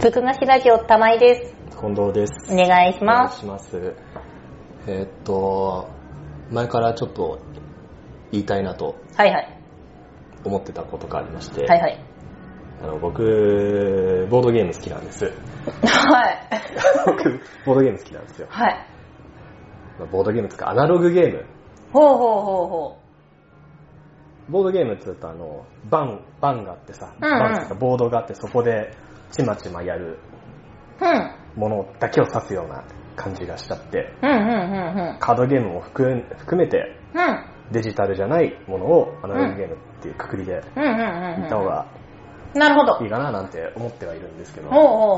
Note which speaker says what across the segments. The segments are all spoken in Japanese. Speaker 1: 福なしラジオ玉井です。
Speaker 2: 近藤です。
Speaker 1: お願いし
Speaker 2: お
Speaker 1: ま
Speaker 2: 願い
Speaker 1: す。
Speaker 2: します。えーっと、前からちょっと言いたいなと
Speaker 1: はいはい。
Speaker 2: 思ってたことがありまして、
Speaker 1: はいはい。
Speaker 2: あの僕、ボードゲーム好きなんです。
Speaker 1: はい。
Speaker 2: 僕、ボードゲーム好きなんですよ。
Speaker 1: はい。
Speaker 2: まあボードゲームとか、アナログゲーム。
Speaker 1: ほうほうほうほ
Speaker 2: ボードゲームって言うと、あの、バン、バンがあってさ、
Speaker 1: うんうん
Speaker 2: バンっていうかボードがあって、そこでちまちまやる
Speaker 1: う。うん。
Speaker 2: ものだけを指すような感じがしちゃって、
Speaker 1: うんうんうんうん。
Speaker 2: カードゲームも含含めて、
Speaker 1: うん。
Speaker 2: デジタルじゃないものをアナログゲームっていうくくりで
Speaker 1: うんうんうん
Speaker 2: 言
Speaker 1: う
Speaker 2: っ
Speaker 1: ん。
Speaker 2: た方が
Speaker 1: なるほど。ほ
Speaker 2: いういかななんて思ってはいるんですけど、
Speaker 1: ほう
Speaker 2: ま
Speaker 1: ほうほ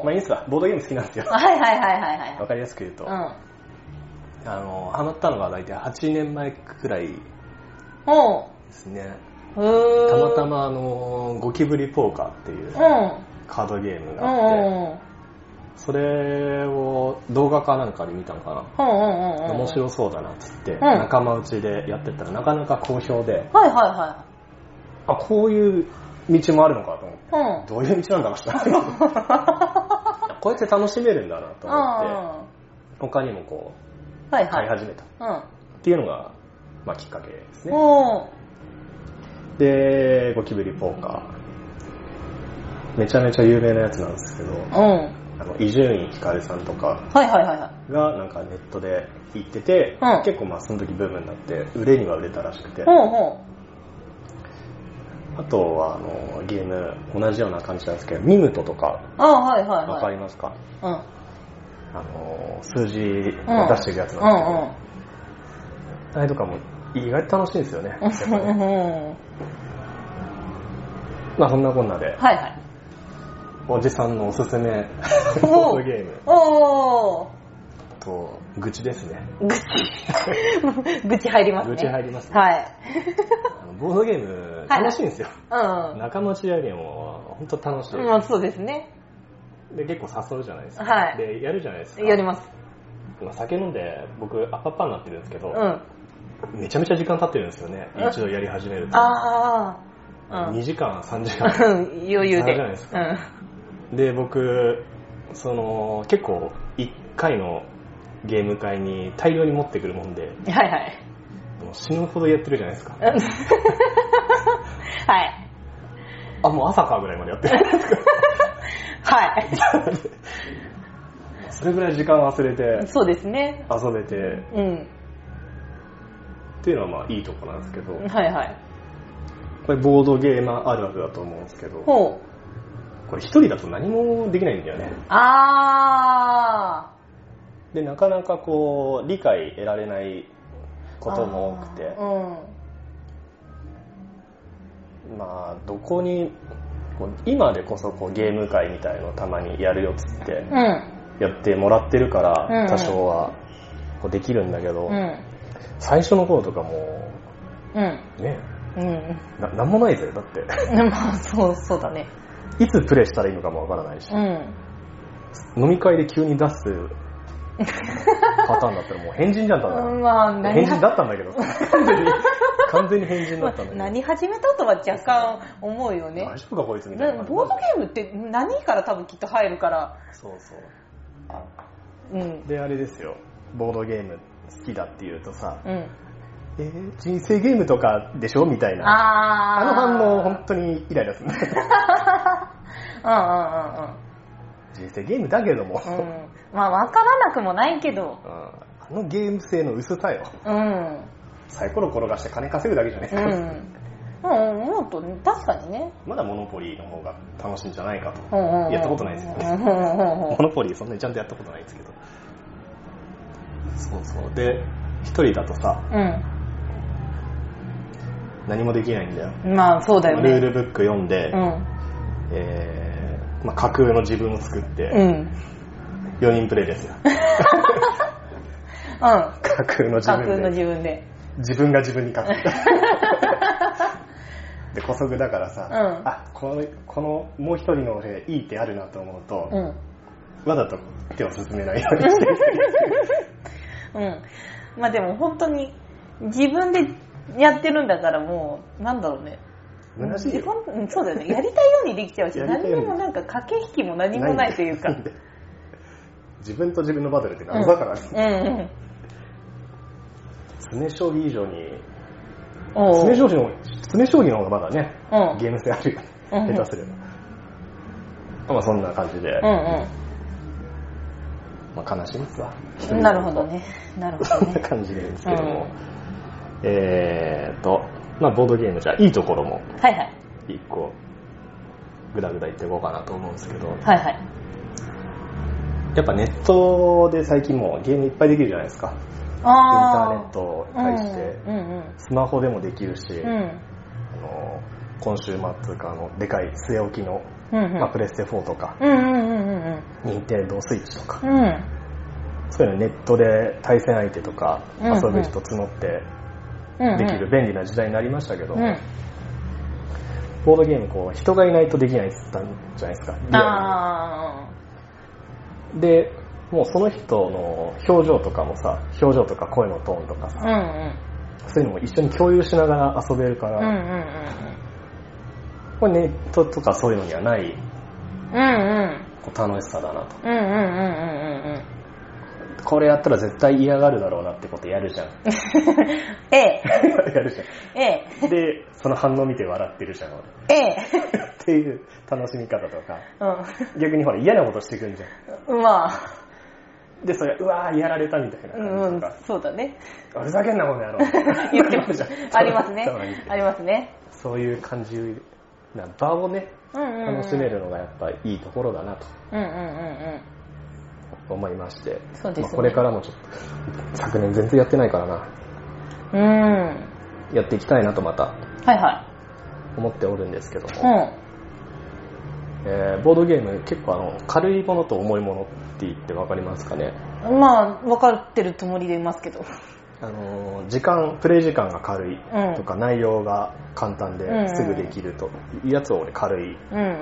Speaker 1: うほ
Speaker 2: あいいんすわ、ボードゲーム好きなんですよ
Speaker 1: う。。はいはいはいはいはい。
Speaker 2: わかりやすく言うと、
Speaker 1: う
Speaker 2: あ
Speaker 1: ん。
Speaker 2: の、ハマったのが大体8年前くらいで
Speaker 1: ほ
Speaker 2: すね。
Speaker 1: う。へー
Speaker 2: たまた。まあの、ゴキブリポーカーっていうカードゲーム
Speaker 1: うん。う
Speaker 2: が
Speaker 1: ん
Speaker 2: あって、
Speaker 1: うんうん。
Speaker 2: それを動画かなんかで見たのか
Speaker 1: ほうほうほう。
Speaker 2: な。面
Speaker 1: い。
Speaker 2: 白そうだなっつって、
Speaker 1: ん
Speaker 2: 仲間内でやってったらなかなか好評で、
Speaker 1: はいは
Speaker 2: あ、こういう道もあるのかと思って。
Speaker 1: いはい。
Speaker 2: どういう道なんだろ うなこうやって楽しめるんだなと
Speaker 1: うん。
Speaker 2: 思って、
Speaker 1: うん。
Speaker 2: 他にもこ、。
Speaker 1: はいはいう
Speaker 2: 買い始めたっ
Speaker 1: うん。
Speaker 2: ていうのが、まあ、きっかけですね。
Speaker 1: ほ
Speaker 2: で、ゴキブリポーカー。めちゃめちゃ有名なやつなんですけど、
Speaker 1: う。うん。
Speaker 2: あの、伊集院光さんとか
Speaker 1: はいはいはいはい。
Speaker 2: がなんかネットで言ってて、
Speaker 1: うん
Speaker 2: 結構まあその時ブームになって、売れには売れたらしくて、
Speaker 1: ほうほ
Speaker 2: あとはあの、ゲーム、同じような感じなんですけど、ミムトとか、
Speaker 1: う。あはいはいはい。
Speaker 2: わかりますか、
Speaker 1: うん。
Speaker 2: あの、数字を出
Speaker 1: うん。
Speaker 2: していくやつ
Speaker 1: う
Speaker 2: なんんですけど、
Speaker 1: うん。
Speaker 2: あれとかも意外と楽しいんですよね。やっぱね
Speaker 1: は
Speaker 2: まあそんなこんなで
Speaker 1: い、はい。
Speaker 2: おじさんのおす すめ、ボー
Speaker 1: お
Speaker 2: ドゲーム
Speaker 1: おお
Speaker 2: と、愚痴ですね。
Speaker 1: 愚痴。 愚痴入りますね。
Speaker 2: 愚痴入りますね
Speaker 1: はい。
Speaker 2: あのボードゲーム
Speaker 1: はい
Speaker 2: 楽しいんですよ。
Speaker 1: うん。
Speaker 2: 仲間内やゲームは本当楽しい。
Speaker 1: まあそうですね。
Speaker 2: で、結構誘うじゃないですか。
Speaker 1: はい
Speaker 2: で、やるじゃないですか。
Speaker 1: やります。
Speaker 2: まあ酒飲んで、僕、アッパッパになってるんですけ
Speaker 1: う
Speaker 2: ど
Speaker 1: ん。、あ
Speaker 2: めちゃめちゃ時間経ってるんですよね。
Speaker 1: うん
Speaker 2: 一度やり始めると。
Speaker 1: あー。うん
Speaker 2: 2時間、3 時間。
Speaker 1: 余裕
Speaker 2: あ
Speaker 1: で。
Speaker 2: れじゃないですで、僕、その、結構、1回のゲーム会に大量に持ってくるもんで、
Speaker 1: うん。はいはい。
Speaker 2: もう死ぬほどやってるじゃないですか。
Speaker 1: うんはい。
Speaker 2: あ、もう朝かぐらいまでやって る。
Speaker 1: は
Speaker 2: それぐらい時間忘れ
Speaker 1: い。
Speaker 2: て
Speaker 1: そうですね。
Speaker 2: 遊べて
Speaker 1: うん。
Speaker 2: っていうのはまあいいとこなんですけど、
Speaker 1: はいはい。
Speaker 2: これボードゲーマーあるあるだと思うんですけど、こ
Speaker 1: ほう。
Speaker 2: れ一人だと何もできないんだよね。
Speaker 1: あ
Speaker 2: で、なかなかこう、理解得られない
Speaker 1: ー。
Speaker 2: ことも多くて
Speaker 1: あ、ー
Speaker 2: まあ、どこに、こう今でこそこうゲーム会みたいのをたまにやるよっつって
Speaker 1: うん。
Speaker 2: やってもらってるか
Speaker 1: うんう
Speaker 2: ら
Speaker 1: ん
Speaker 2: 多少はこうできるんだけど、
Speaker 1: うん。
Speaker 2: 最初の頃とかも
Speaker 1: うん。
Speaker 2: うね
Speaker 1: うん。
Speaker 2: ななんもないぜだって
Speaker 1: まあ、そう、そうだね。
Speaker 2: いつプレイしたらいいのかもわからないし、
Speaker 1: うん。
Speaker 2: 飲み会で急に出すパターンだった らもう変人じゃんただの、
Speaker 1: まあ、何
Speaker 2: 変人だったんだけど完全に完全に変人だったんだけど、
Speaker 1: 何始めたとは若干思うよね
Speaker 2: 大。丈夫かこいつみたいな
Speaker 1: な
Speaker 2: 感じ
Speaker 1: ボードゲームって何から多分きっと入るから、
Speaker 2: そうそう
Speaker 1: うん。
Speaker 2: であれですよボードゲーム好きだって言うとさ、
Speaker 1: うん。
Speaker 2: えー人生ゲームとかでしょみたいな
Speaker 1: あ
Speaker 2: あの
Speaker 1: ー。
Speaker 2: 反応本当にイライラ するね人生ゲームだけども、
Speaker 1: うんうんうんうん。うん。まあ、わからなくもないけど、
Speaker 2: うんあのゲーム性の薄さよ
Speaker 1: うん。
Speaker 2: サイコロ転がして金稼ぐだけじゃないです
Speaker 1: う
Speaker 2: か、
Speaker 1: ん。うん、もっと、確かにね。
Speaker 2: まだモノポリーの方が楽しいんじゃないかと
Speaker 1: うんうんうん
Speaker 2: やったことないですよね
Speaker 1: うんうんうんうん
Speaker 2: モノポリーそんなにちゃんとやったことないですけど。そうそう。で、一人だとさ、何もできないんだよ。
Speaker 1: うん。まあ、そうだよね。
Speaker 2: ルールブック読んで、
Speaker 1: う
Speaker 2: えーまあ、架空の自分を作って、
Speaker 1: ん。うん。
Speaker 2: 4人プレイですよ。
Speaker 1: うん。
Speaker 2: 架空の 自
Speaker 1: 架空の
Speaker 2: 分で。
Speaker 1: 自分で。
Speaker 2: 自分が自分に 勝つ。で、古速だからさ、
Speaker 1: うん
Speaker 2: あ、この、この、もう一人の俺、いい手あるなと思うと、
Speaker 1: うん。
Speaker 2: わざと手を進めないようにしてる。
Speaker 1: うん。まあでも本当に自分でやってるんだからもう、なんだろうね。 うん
Speaker 2: 虚しい
Speaker 1: 自
Speaker 2: よ
Speaker 1: 分うんそうだよね。やりたいようにできちゃうし、
Speaker 2: やりたい
Speaker 1: 何
Speaker 2: ように
Speaker 1: にもなんか駆け引きも何もないというか。
Speaker 2: な
Speaker 1: うんん
Speaker 2: で 自分と自分のバトルって謎だから、ね
Speaker 1: うん。
Speaker 2: 詰将棋以上に
Speaker 1: おう
Speaker 2: 詰将棋の詰将棋の方がまだね、
Speaker 1: うん
Speaker 2: ゲーム性あるよね
Speaker 1: うん
Speaker 2: 下手すれば、まあそんな感じで、
Speaker 1: う
Speaker 2: まあ、悲しいですわ
Speaker 1: んうん。なるほどね。なるほ
Speaker 2: そ
Speaker 1: ど
Speaker 2: んな
Speaker 1: ね。
Speaker 2: 感じですけども、えーっとまあボードゲームじゃいいところも
Speaker 1: はいはい。
Speaker 2: 一個グダグダ言っていこうかなと思うんですけど、
Speaker 1: はいはい。
Speaker 2: やっぱネットで最近もうゲームいっぱいできるじゃないですかインタ
Speaker 1: ああ。
Speaker 2: ーネットを介して、
Speaker 1: うんうん
Speaker 2: スマホでもできるし、
Speaker 1: うん。うん
Speaker 2: あの今週末かあのでかい据え置きの、
Speaker 1: うんうん。
Speaker 2: まあ、プレステ4とか、
Speaker 1: うんうんうんうん
Speaker 2: 任天堂スイッチとか、
Speaker 1: うん。うん。
Speaker 2: そういうのネットで対戦相手とか
Speaker 1: うんうん
Speaker 2: 遊ぶ人募って
Speaker 1: うんうん
Speaker 2: できる。便利な時代になりましたけど、
Speaker 1: うん。
Speaker 2: ボードゲームこう人がいないとできないって言ったんじゃないですかリア
Speaker 1: あ
Speaker 2: ルにでもうその人の表情とかもさ表情とか声のトーンとか
Speaker 1: あ。
Speaker 2: さ、
Speaker 1: うんうん。
Speaker 2: そういうのも一緒に共有しながら遊べるか
Speaker 1: うんうん
Speaker 2: ら、これネットとかそういうのにはない
Speaker 1: うん。うんうん。
Speaker 2: こう楽しさだなと
Speaker 1: うんうんうんうんうんうん。
Speaker 2: これやったら絶対嫌がるだろうなってことやるじゃん
Speaker 1: ええ、
Speaker 2: やるじゃ
Speaker 1: ええ、
Speaker 2: んでその反応見て笑ってるじゃん俺
Speaker 1: ええ。
Speaker 2: っていう楽しみ方とか
Speaker 1: う
Speaker 2: 逆にほら嫌なことしてくんじゃ
Speaker 1: ん。まあ、
Speaker 2: んでそれうわーやられたみたいな
Speaker 1: う
Speaker 2: 感じ
Speaker 1: んう
Speaker 2: と
Speaker 1: ん
Speaker 2: か、、
Speaker 1: そうだね。
Speaker 2: あふざけんなこの野郎
Speaker 1: 言ってます
Speaker 2: なるじゃ。ん
Speaker 1: ありますね
Speaker 2: たまにね。
Speaker 1: ありますね。
Speaker 2: そういう感じな場をね
Speaker 1: うんうんうん。
Speaker 2: 楽しめるのがやっぱいいところだなと
Speaker 1: うんうんうん
Speaker 2: 思いまして
Speaker 1: そうですね
Speaker 2: まあこれからもちょっと昨年全然やってないからな
Speaker 1: うん。うん。
Speaker 2: やっていきたいなとまた
Speaker 1: はいは
Speaker 2: 思っておるんですけども、
Speaker 1: い。うん。
Speaker 2: えーボードゲーム結構あの軽いものと重いものって言って分かりますかね
Speaker 1: まあ、分かってるつもりでいますけど。
Speaker 2: あのー時間プレイ時間が軽いとか、内容が簡
Speaker 1: う
Speaker 2: 単
Speaker 1: んう
Speaker 2: で
Speaker 1: ん
Speaker 2: すぐできるというやつを俺軽い
Speaker 1: うんうん。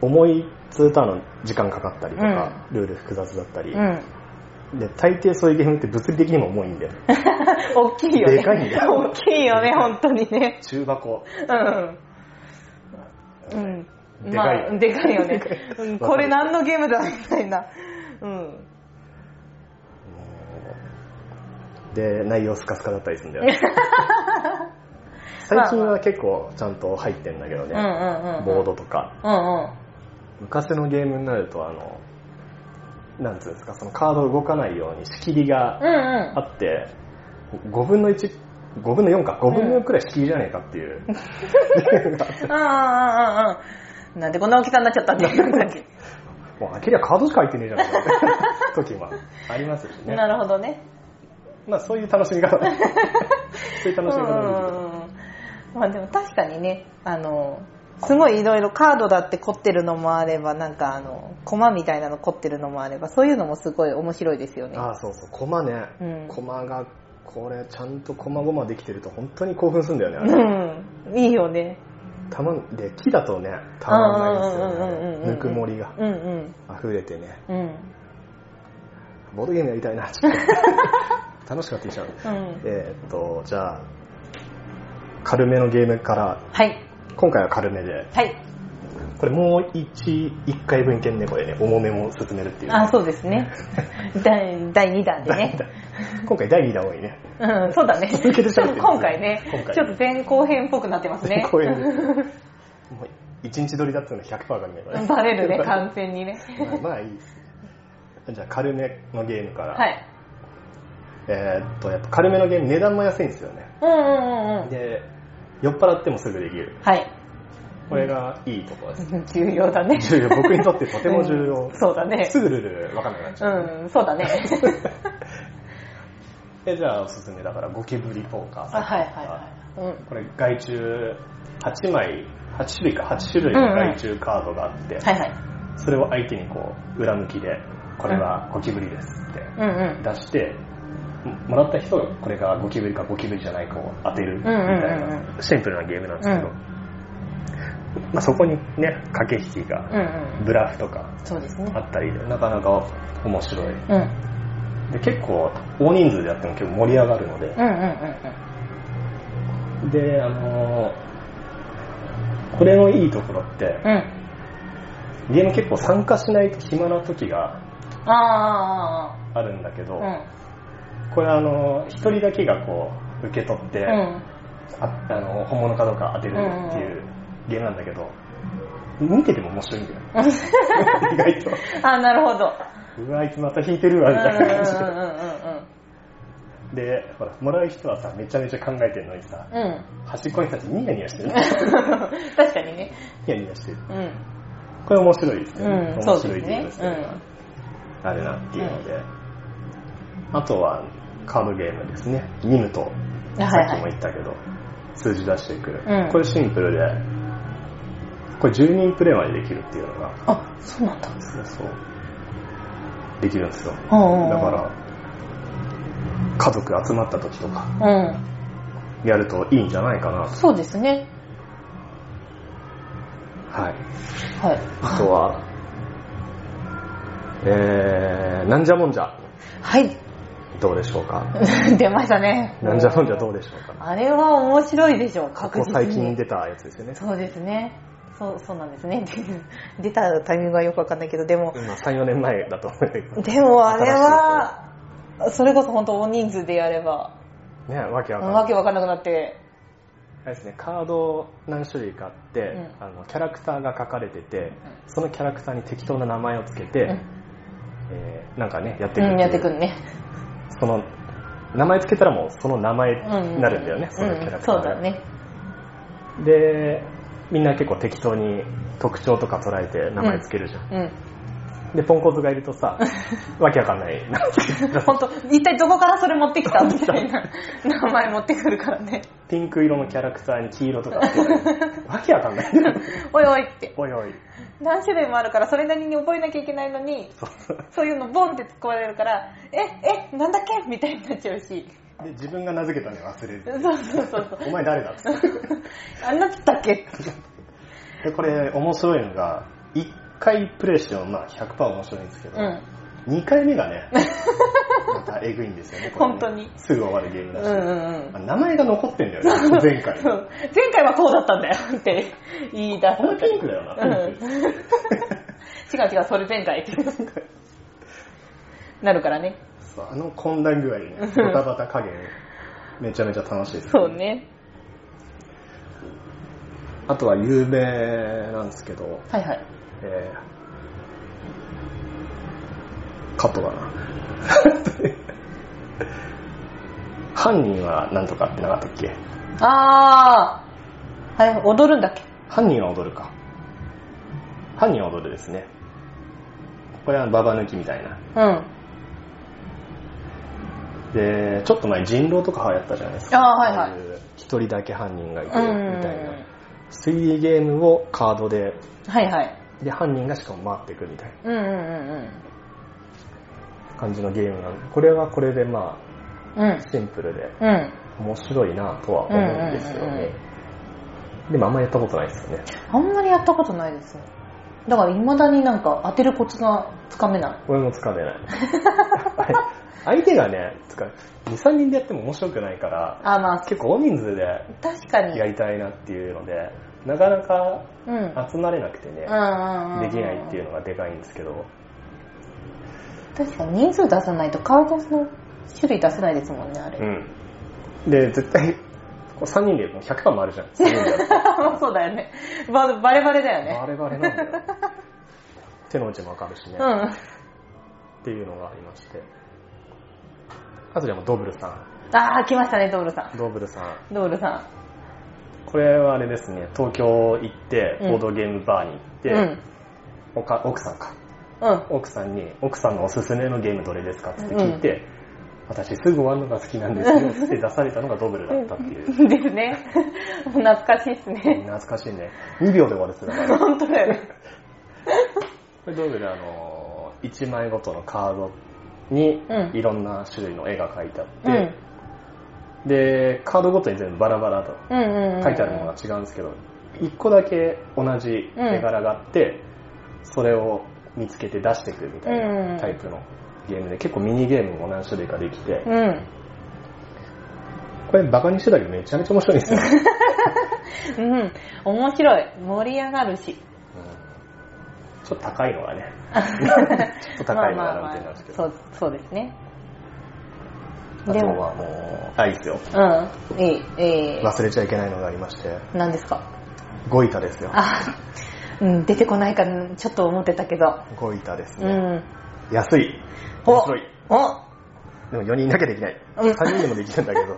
Speaker 2: 重いツーターンの時間かかったりとか、ルール複雑だったり、
Speaker 1: うん。
Speaker 2: で大抵そういうゲームって物理的にも重いんだよ
Speaker 1: 大きいよね。
Speaker 2: でかいんだよ
Speaker 1: 大きいよね、本当にね。
Speaker 2: 中箱
Speaker 1: うん。うん。
Speaker 2: でかいよ
Speaker 1: まあ、でかいよね。 うんこれ何のゲームだみたいな。うん。
Speaker 2: で内容スカスカだったりするんだよ ね最近は結構ちゃんと入ってんだけど
Speaker 1: うん
Speaker 2: ね、
Speaker 1: うんうん。
Speaker 2: ボード。とか
Speaker 1: うんうん。
Speaker 2: 昔のゲームになるとあのなんつうんですかそのカード動かないように仕切りが
Speaker 1: うん
Speaker 2: あって、5分の15分の4か5分の4くらい仕切りじゃねえかっていう、
Speaker 1: うん。ああ、ああ、ああ。なんでこんな大きさになっちゃったんだよ。
Speaker 2: もう開けりゃカードしか入ってねえじゃない かって時もありますしね
Speaker 1: なるほどね。
Speaker 2: まあそういう楽し み方そういう楽しみ方もできる
Speaker 1: うんまあでも確かにね、あの、すごいいろいろカードだって凝ってるのもあれば、なんかあの、コマみたいなの凝ってるのもあれば、そういうのもすごい面白いですよね。
Speaker 2: ああそうそう駒ね、
Speaker 1: うん
Speaker 2: 駒がこれちゃんと駒駒できてると本当に興奮するんだよねあれ
Speaker 1: うん。いいよね。
Speaker 2: たまんで木だとねたまんないです
Speaker 1: うんうんうん
Speaker 2: よ
Speaker 1: うん
Speaker 2: ね
Speaker 1: うん
Speaker 2: ぬくもりが
Speaker 1: うんうん。
Speaker 2: 溢れてね
Speaker 1: うん。
Speaker 2: ボードゲームやりたいな、ちょっ と楽しくなってきちゃう。
Speaker 1: うん。
Speaker 2: えーっと、じゃあ、軽めのゲームから、
Speaker 1: はい。
Speaker 2: 今回は軽めで、
Speaker 1: はい。
Speaker 2: これもう一、一回分いけんね、これね、重めも進めるっていう。
Speaker 1: あ、そうです ね。第第2弾でね。
Speaker 2: 今回第2弾多いね。
Speaker 1: うん、そうだね。
Speaker 2: 続けてしまってる
Speaker 1: 今回ね
Speaker 2: 今回
Speaker 1: ちょっと前後編っぽくなってます ね。
Speaker 2: 公演で。もう一日撮りだったの100%が見えたね。
Speaker 1: バレ るね、完全にね。
Speaker 2: まあまあいいですね。じゃあ、軽めのゲームから。
Speaker 1: はい。
Speaker 2: えーっと、やっぱ軽めのゲーム、値段も安いんですよね。
Speaker 1: うんうんうんうん。
Speaker 2: で、酔っ払ってもすぐできる。
Speaker 1: はい。
Speaker 2: これがいいところです。
Speaker 1: 重要だね。
Speaker 2: 重要僕にとってとても重要、
Speaker 1: うん そうだね
Speaker 2: すぐルール分かんなくなっちゃう、
Speaker 1: うん、そうだ ね。
Speaker 2: えじゃあおすすめだからゴキブリポーカー
Speaker 1: あはいはいはい。
Speaker 2: これ害虫8枚8種類か8種類の害虫カードがあって、
Speaker 1: うん。はいはい。
Speaker 2: それを相手にこう裏向きでこれはゴキブリですって
Speaker 1: うんうん。
Speaker 2: 出して、もらった人がこれがゴキブリかゴキブリじゃないかを当てるみたい
Speaker 1: うんうんう
Speaker 2: なシンプルなゲームなんですけど、
Speaker 1: うん
Speaker 2: まあ、そこにね駆け引き
Speaker 1: うん
Speaker 2: が
Speaker 1: うん。
Speaker 2: ブラフとか
Speaker 1: そうですね
Speaker 2: あ。ったりでなかなか面白い
Speaker 1: うん。うん
Speaker 2: で結構大人数でやっても結構盛り上がるので
Speaker 1: うんうん
Speaker 2: であのーこれのいいところって
Speaker 1: うん。
Speaker 2: ゲーム結構参加しないと暇な時が
Speaker 1: ああ
Speaker 2: あるんだけ
Speaker 1: あ
Speaker 2: ど、
Speaker 1: あああ。
Speaker 2: これあの一人だけがこう受け取って、
Speaker 1: うん。うん。
Speaker 2: ああの本物かどうか当てるっていうゲームなんだけど、見てても面白いんだよ 意外と
Speaker 1: ああ、なるほど。
Speaker 2: うわあいつまた引いてるわ
Speaker 1: うん
Speaker 2: み
Speaker 1: うん
Speaker 2: たいな
Speaker 1: う
Speaker 2: 感
Speaker 1: ん
Speaker 2: じででほらもらう人はさめちゃめちゃ考えてるのにさ
Speaker 1: うんうん。うん。
Speaker 2: 端っこに立ってニヤニ ヤしてる
Speaker 1: 確かにね。
Speaker 2: ニヤニヤしてる
Speaker 1: うん。
Speaker 2: これ面白いですよね、
Speaker 1: うん、
Speaker 2: 面
Speaker 1: そう
Speaker 2: 白い
Speaker 1: です
Speaker 2: ゲームで
Speaker 1: ね
Speaker 2: す。ね、あれなっていうので、あとはカードゲームですねニムと
Speaker 1: うん。
Speaker 2: さ
Speaker 1: はい
Speaker 2: っきも
Speaker 1: はい。
Speaker 2: 言ったけど、数字出していくる、
Speaker 1: うん
Speaker 2: これシンプルで、これ10人プレイまでできるっていうのが、
Speaker 1: あ、そうなんだ。
Speaker 2: そうそうできるんですよ。だか
Speaker 1: うんうんうん
Speaker 2: ら、家族集まった時とか、
Speaker 1: うん。
Speaker 2: やるといいんじゃないかなと。
Speaker 1: そうですね。
Speaker 2: はい。
Speaker 1: はい。
Speaker 2: あとは、えー、なんじゃもんじゃ、
Speaker 1: はい。
Speaker 2: どうでしょうか。
Speaker 1: 出ましたね。
Speaker 2: なんじゃもんじゃどうでしょうか。
Speaker 1: あれは面白いでしょう、
Speaker 2: こ
Speaker 1: 確実
Speaker 2: こ
Speaker 1: に。
Speaker 2: 最近出たやつですよね。
Speaker 1: そうですね。そう、そうなんですね。 出たタイミングがよくわかんないけど、でも、
Speaker 2: まあ3、4年前だと思うけど。
Speaker 1: でもあれは、それこそ本当大人数でやれば、
Speaker 2: ね、わけわかんない
Speaker 1: わけわかんなくなって、
Speaker 2: あれですね、カードを何種類かあって、
Speaker 1: うん
Speaker 2: あのキャラクターが書かれてて、そのキャラクターに適当な名前をつけて、
Speaker 1: うん
Speaker 2: えーなんかねやっていく
Speaker 1: うん、
Speaker 2: う
Speaker 1: やってくんね。
Speaker 2: その名前つけたらもうその名前
Speaker 1: うん
Speaker 2: になるんだよね、そのキャラクター
Speaker 1: うんそう
Speaker 2: が、
Speaker 1: だね。
Speaker 2: でみんな結構適当に特徴とか捉えて名前つけるじゃん、
Speaker 1: う。
Speaker 2: でポンコツがいるとさわけわかんないなんていうん の
Speaker 1: 本当一体どこからそれ持ってきたみたい な名前持ってくるからね。
Speaker 2: ピンク色のキャラクターに黄 色とかつけたりわけわかんない
Speaker 1: おいおいって。
Speaker 2: おいおい
Speaker 1: 何種類もあるから、それなりに覚えなきゃいけないのに、
Speaker 2: そうそう
Speaker 1: そういうのボンって突っ込まれるから、え、え、なんだっけみたいになっちゃうし。
Speaker 2: で自分が名付けたのに忘れる
Speaker 1: そうそうそうそう。
Speaker 2: お前誰だっつって
Speaker 1: あんなだったっけ
Speaker 2: でこれ面白いのが1回プレイしてもまあ100%面白いんですけど、
Speaker 1: うん。
Speaker 2: 2回目が ねまたえぐいんですよねこれね
Speaker 1: 本当に
Speaker 2: すぐ終わるゲーム
Speaker 1: う
Speaker 2: だ
Speaker 1: ん
Speaker 2: し、
Speaker 1: うんうん
Speaker 2: あ。名前が残ってんだよ ね前回
Speaker 1: そ
Speaker 2: の
Speaker 1: う前回はこうだったんだよって言い出す。
Speaker 2: このピンクだよ
Speaker 1: うん
Speaker 2: な、ピンク
Speaker 1: 違う違う、それ前 回って。なるからね。
Speaker 2: そうあの混乱具合にねバタバタ加減めちゃめちゃ楽しいです
Speaker 1: そうね。
Speaker 2: あとは有名なんですけど、
Speaker 1: はいはい。
Speaker 2: えー、カットかな 犯人はなんとかってなかったっけ
Speaker 1: あー。はい、踊るんだっけ
Speaker 2: 犯人は踊るか犯人は踊るですねこれはババ抜きみたいな
Speaker 1: うん。あ
Speaker 2: でちょっと前人狼とか流行ったじゃないですか
Speaker 1: あーはいはい
Speaker 2: ああう一人だけ犯人がいてみ
Speaker 1: う
Speaker 2: たい
Speaker 1: ん
Speaker 2: な 3D ゲームをカードで
Speaker 1: はいはい。
Speaker 2: で犯人がしかも回っていくみたい
Speaker 1: うんうんうん
Speaker 2: な感じのゲームなんでこれはこれでま
Speaker 1: うん。うん。
Speaker 2: あシンプルで
Speaker 1: うん。
Speaker 2: 面白いなとは思うんですよ
Speaker 1: うんうんうん
Speaker 2: ねでもあんまやったことないですよね
Speaker 1: あんまりやったことないですね。だから未だになんか当てるコツがつかめない。
Speaker 2: 俺もつ かめない相手がね23人でやっても面白くないから
Speaker 1: あーまあ、
Speaker 2: 結構大人数で
Speaker 1: 確かに。
Speaker 2: やりたいなっていうのでなかなか
Speaker 1: うん。うんうん
Speaker 2: 集まれなくてね
Speaker 1: うんうん。
Speaker 2: できないっていうのがでかいんですけど
Speaker 1: 確かに人数出さないとカードの種類出せないですもんねあれ、
Speaker 2: うんで絶対こう3人でもう100パーもあるじゃん3人でや る
Speaker 1: そうだよねババレバレだよ
Speaker 2: と
Speaker 1: ね
Speaker 2: あれがあれなんだよ手の内もわかるしね、っ
Speaker 1: う
Speaker 2: ていうのがありましてあとでもドブルさん
Speaker 1: んああ来ましたねドールさ
Speaker 2: ドブルさん
Speaker 1: んドールさん
Speaker 2: これはあれですね東京行って
Speaker 1: うん
Speaker 2: ボードゲームバーに行って、
Speaker 1: うん
Speaker 2: おか奥さんか
Speaker 1: うん
Speaker 2: 奥さんに「奥さんのおすすめのゲームどれですか?」って聞いて、私すぐ終わるのが好きなんですよ」 って出されたのがドブルだったっていう
Speaker 1: ですね懐かしいっすね
Speaker 2: 懐かしいね2秒で終わるってだからこ
Speaker 1: 本当だよね
Speaker 2: れドブルあの1枚ごとのカードに
Speaker 1: うん
Speaker 2: いろんな種類の絵が描いてあっ
Speaker 1: うん
Speaker 2: て、でカードごとに全部バラバラと
Speaker 1: うんうんうん
Speaker 2: 書いてあるものが違うんですけど1個だけ同じ絵柄があって、それを見つけて出していくみたいなタイプのゲームで結構ミニゲームも何種類かできて、
Speaker 1: うん
Speaker 2: これバカにしてたけどめちゃめちゃ面白いんですよ。
Speaker 1: うん、面白い。盛り上がるし。
Speaker 2: うんちょっと高いの がねちょっと高いのが難点なんですけど
Speaker 1: まあまあまあそう、そうですね。
Speaker 2: あ
Speaker 1: で
Speaker 2: と
Speaker 1: も、
Speaker 2: はもうあいいですよ
Speaker 1: うん、いい、え
Speaker 2: 忘れちゃいけないのがありまして
Speaker 1: ー、何ですか
Speaker 2: ゴイタですよ
Speaker 1: あ、うん、出てこないかなちょっと思ってたけど。
Speaker 2: ゴイタです
Speaker 1: う
Speaker 2: ね、
Speaker 1: ん。
Speaker 2: 安い
Speaker 1: お
Speaker 2: 面白い
Speaker 1: お
Speaker 2: でも4人だけできない
Speaker 1: うん
Speaker 2: 3人でもできるんだけど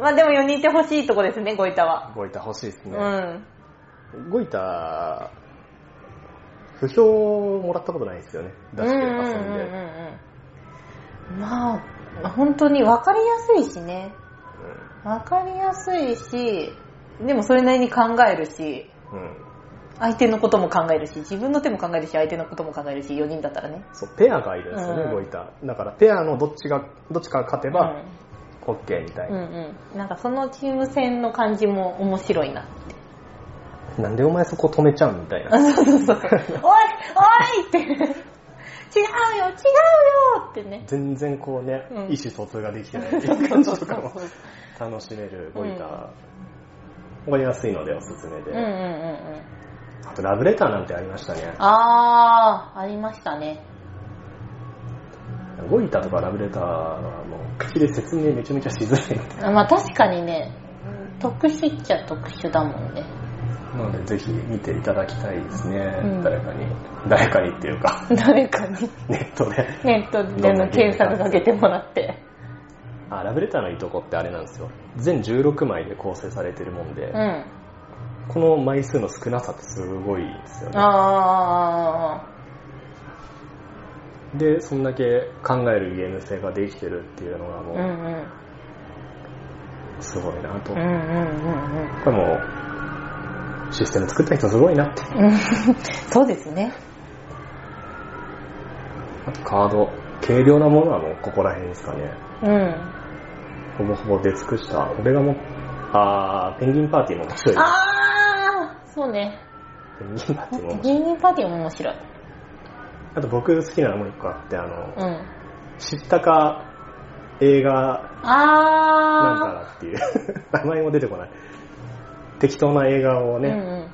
Speaker 1: まあでも4人いてほしいとこですね、ごいたは。
Speaker 2: ゴイタ欲しいです
Speaker 1: う
Speaker 2: ね、
Speaker 1: ん。
Speaker 2: ゴイタ不評をもらったことないですよね出して
Speaker 1: うんうん
Speaker 2: 遊
Speaker 1: うん
Speaker 2: ん
Speaker 1: う
Speaker 2: で
Speaker 1: んうんまあ、本当に分かりやすいしね。分かりやすいし、でもそれなりに考えるし、
Speaker 2: うん、うん
Speaker 1: 相手のことも考えるし、自分の手も考えるし、相手のことも考えるし、4人だったらね。
Speaker 2: そうペアがいるんですよね、
Speaker 1: うん
Speaker 2: ゴイタだからペアのどっちがどっちかが勝てば、OK みたい
Speaker 1: うん、う
Speaker 2: な、
Speaker 1: んうん。なんかそのチーム戦の感じも面白いな。
Speaker 2: なんでお前そこ止めちゃうみたい な
Speaker 1: そうそう そう。おいおいって。違うよ違うよってね。
Speaker 2: 全然こうね、
Speaker 1: うん
Speaker 2: 意思疎通ができてないっていう感じとか も
Speaker 1: そうそう
Speaker 2: 楽しめるゴイタ、わかりやすいのでおすすめで、
Speaker 1: うんうんうんうん。
Speaker 2: あとラブレターなんてありましたね
Speaker 1: あー、ありましたね。
Speaker 2: ゴイタとかラブレターはもう口で説明めちゃめちゃしづらいので
Speaker 1: まあ確かにね、特殊っちゃ特殊だもんね。
Speaker 2: なのでぜひ見ていただきたいですね、
Speaker 1: うん
Speaker 2: 誰かに誰かにっていうか
Speaker 1: 誰かに
Speaker 2: ネットで
Speaker 1: ネットでの検索かけてもらって。
Speaker 2: あラブレターのいいとこってあれなんですよ全16枚で構成されてるもんで、
Speaker 1: うん。
Speaker 2: この枚数の少なさってすごいんですよね
Speaker 1: あ
Speaker 2: でそんだけ考えるゲーム性ができてるっていうのが
Speaker 1: ー。
Speaker 2: も
Speaker 1: うん
Speaker 2: う
Speaker 1: うん。
Speaker 2: すごいなと、
Speaker 1: うんうん
Speaker 2: これもうシステム作った人すごいなって
Speaker 1: うんうん。そうですね。
Speaker 2: あとカード軽量なものはもうここら辺ですかね
Speaker 1: うん。
Speaker 2: ほぼほぼ出尽くした俺がもあーペンギンパーティーも面白いね
Speaker 1: あー、そうね。
Speaker 2: ペンギンパーティーも面白い
Speaker 1: 芸人パーティーも面白い。
Speaker 2: あと僕好きなのもう一個あってあの、
Speaker 1: うん。
Speaker 2: 知ったか映画なん
Speaker 1: あ
Speaker 2: たらっていう 名前も出てこない適当な映画を
Speaker 1: ー。
Speaker 2: ね、
Speaker 1: うん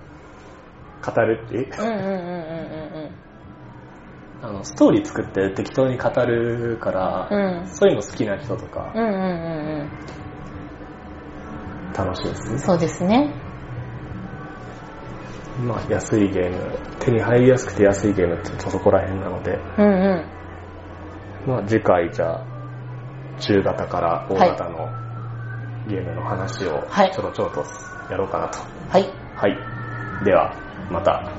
Speaker 2: 語るっていう
Speaker 1: うんうんうんうん
Speaker 2: あのストーリー作って適当に語るから、
Speaker 1: うんうん。うん。
Speaker 2: そういうの好きな人とか
Speaker 1: うんうんうんうん。
Speaker 2: 楽しいですね、
Speaker 1: そうですね。
Speaker 2: まあ安いゲーム手に入りやすくて安いゲームっていうとそこら辺なので、
Speaker 1: うんうん。
Speaker 2: まあ、次回じゃあ中型から大型のゲームの話を
Speaker 1: はい
Speaker 2: ちょろちょろとやろうかなと
Speaker 1: はい。
Speaker 2: はい、ではまた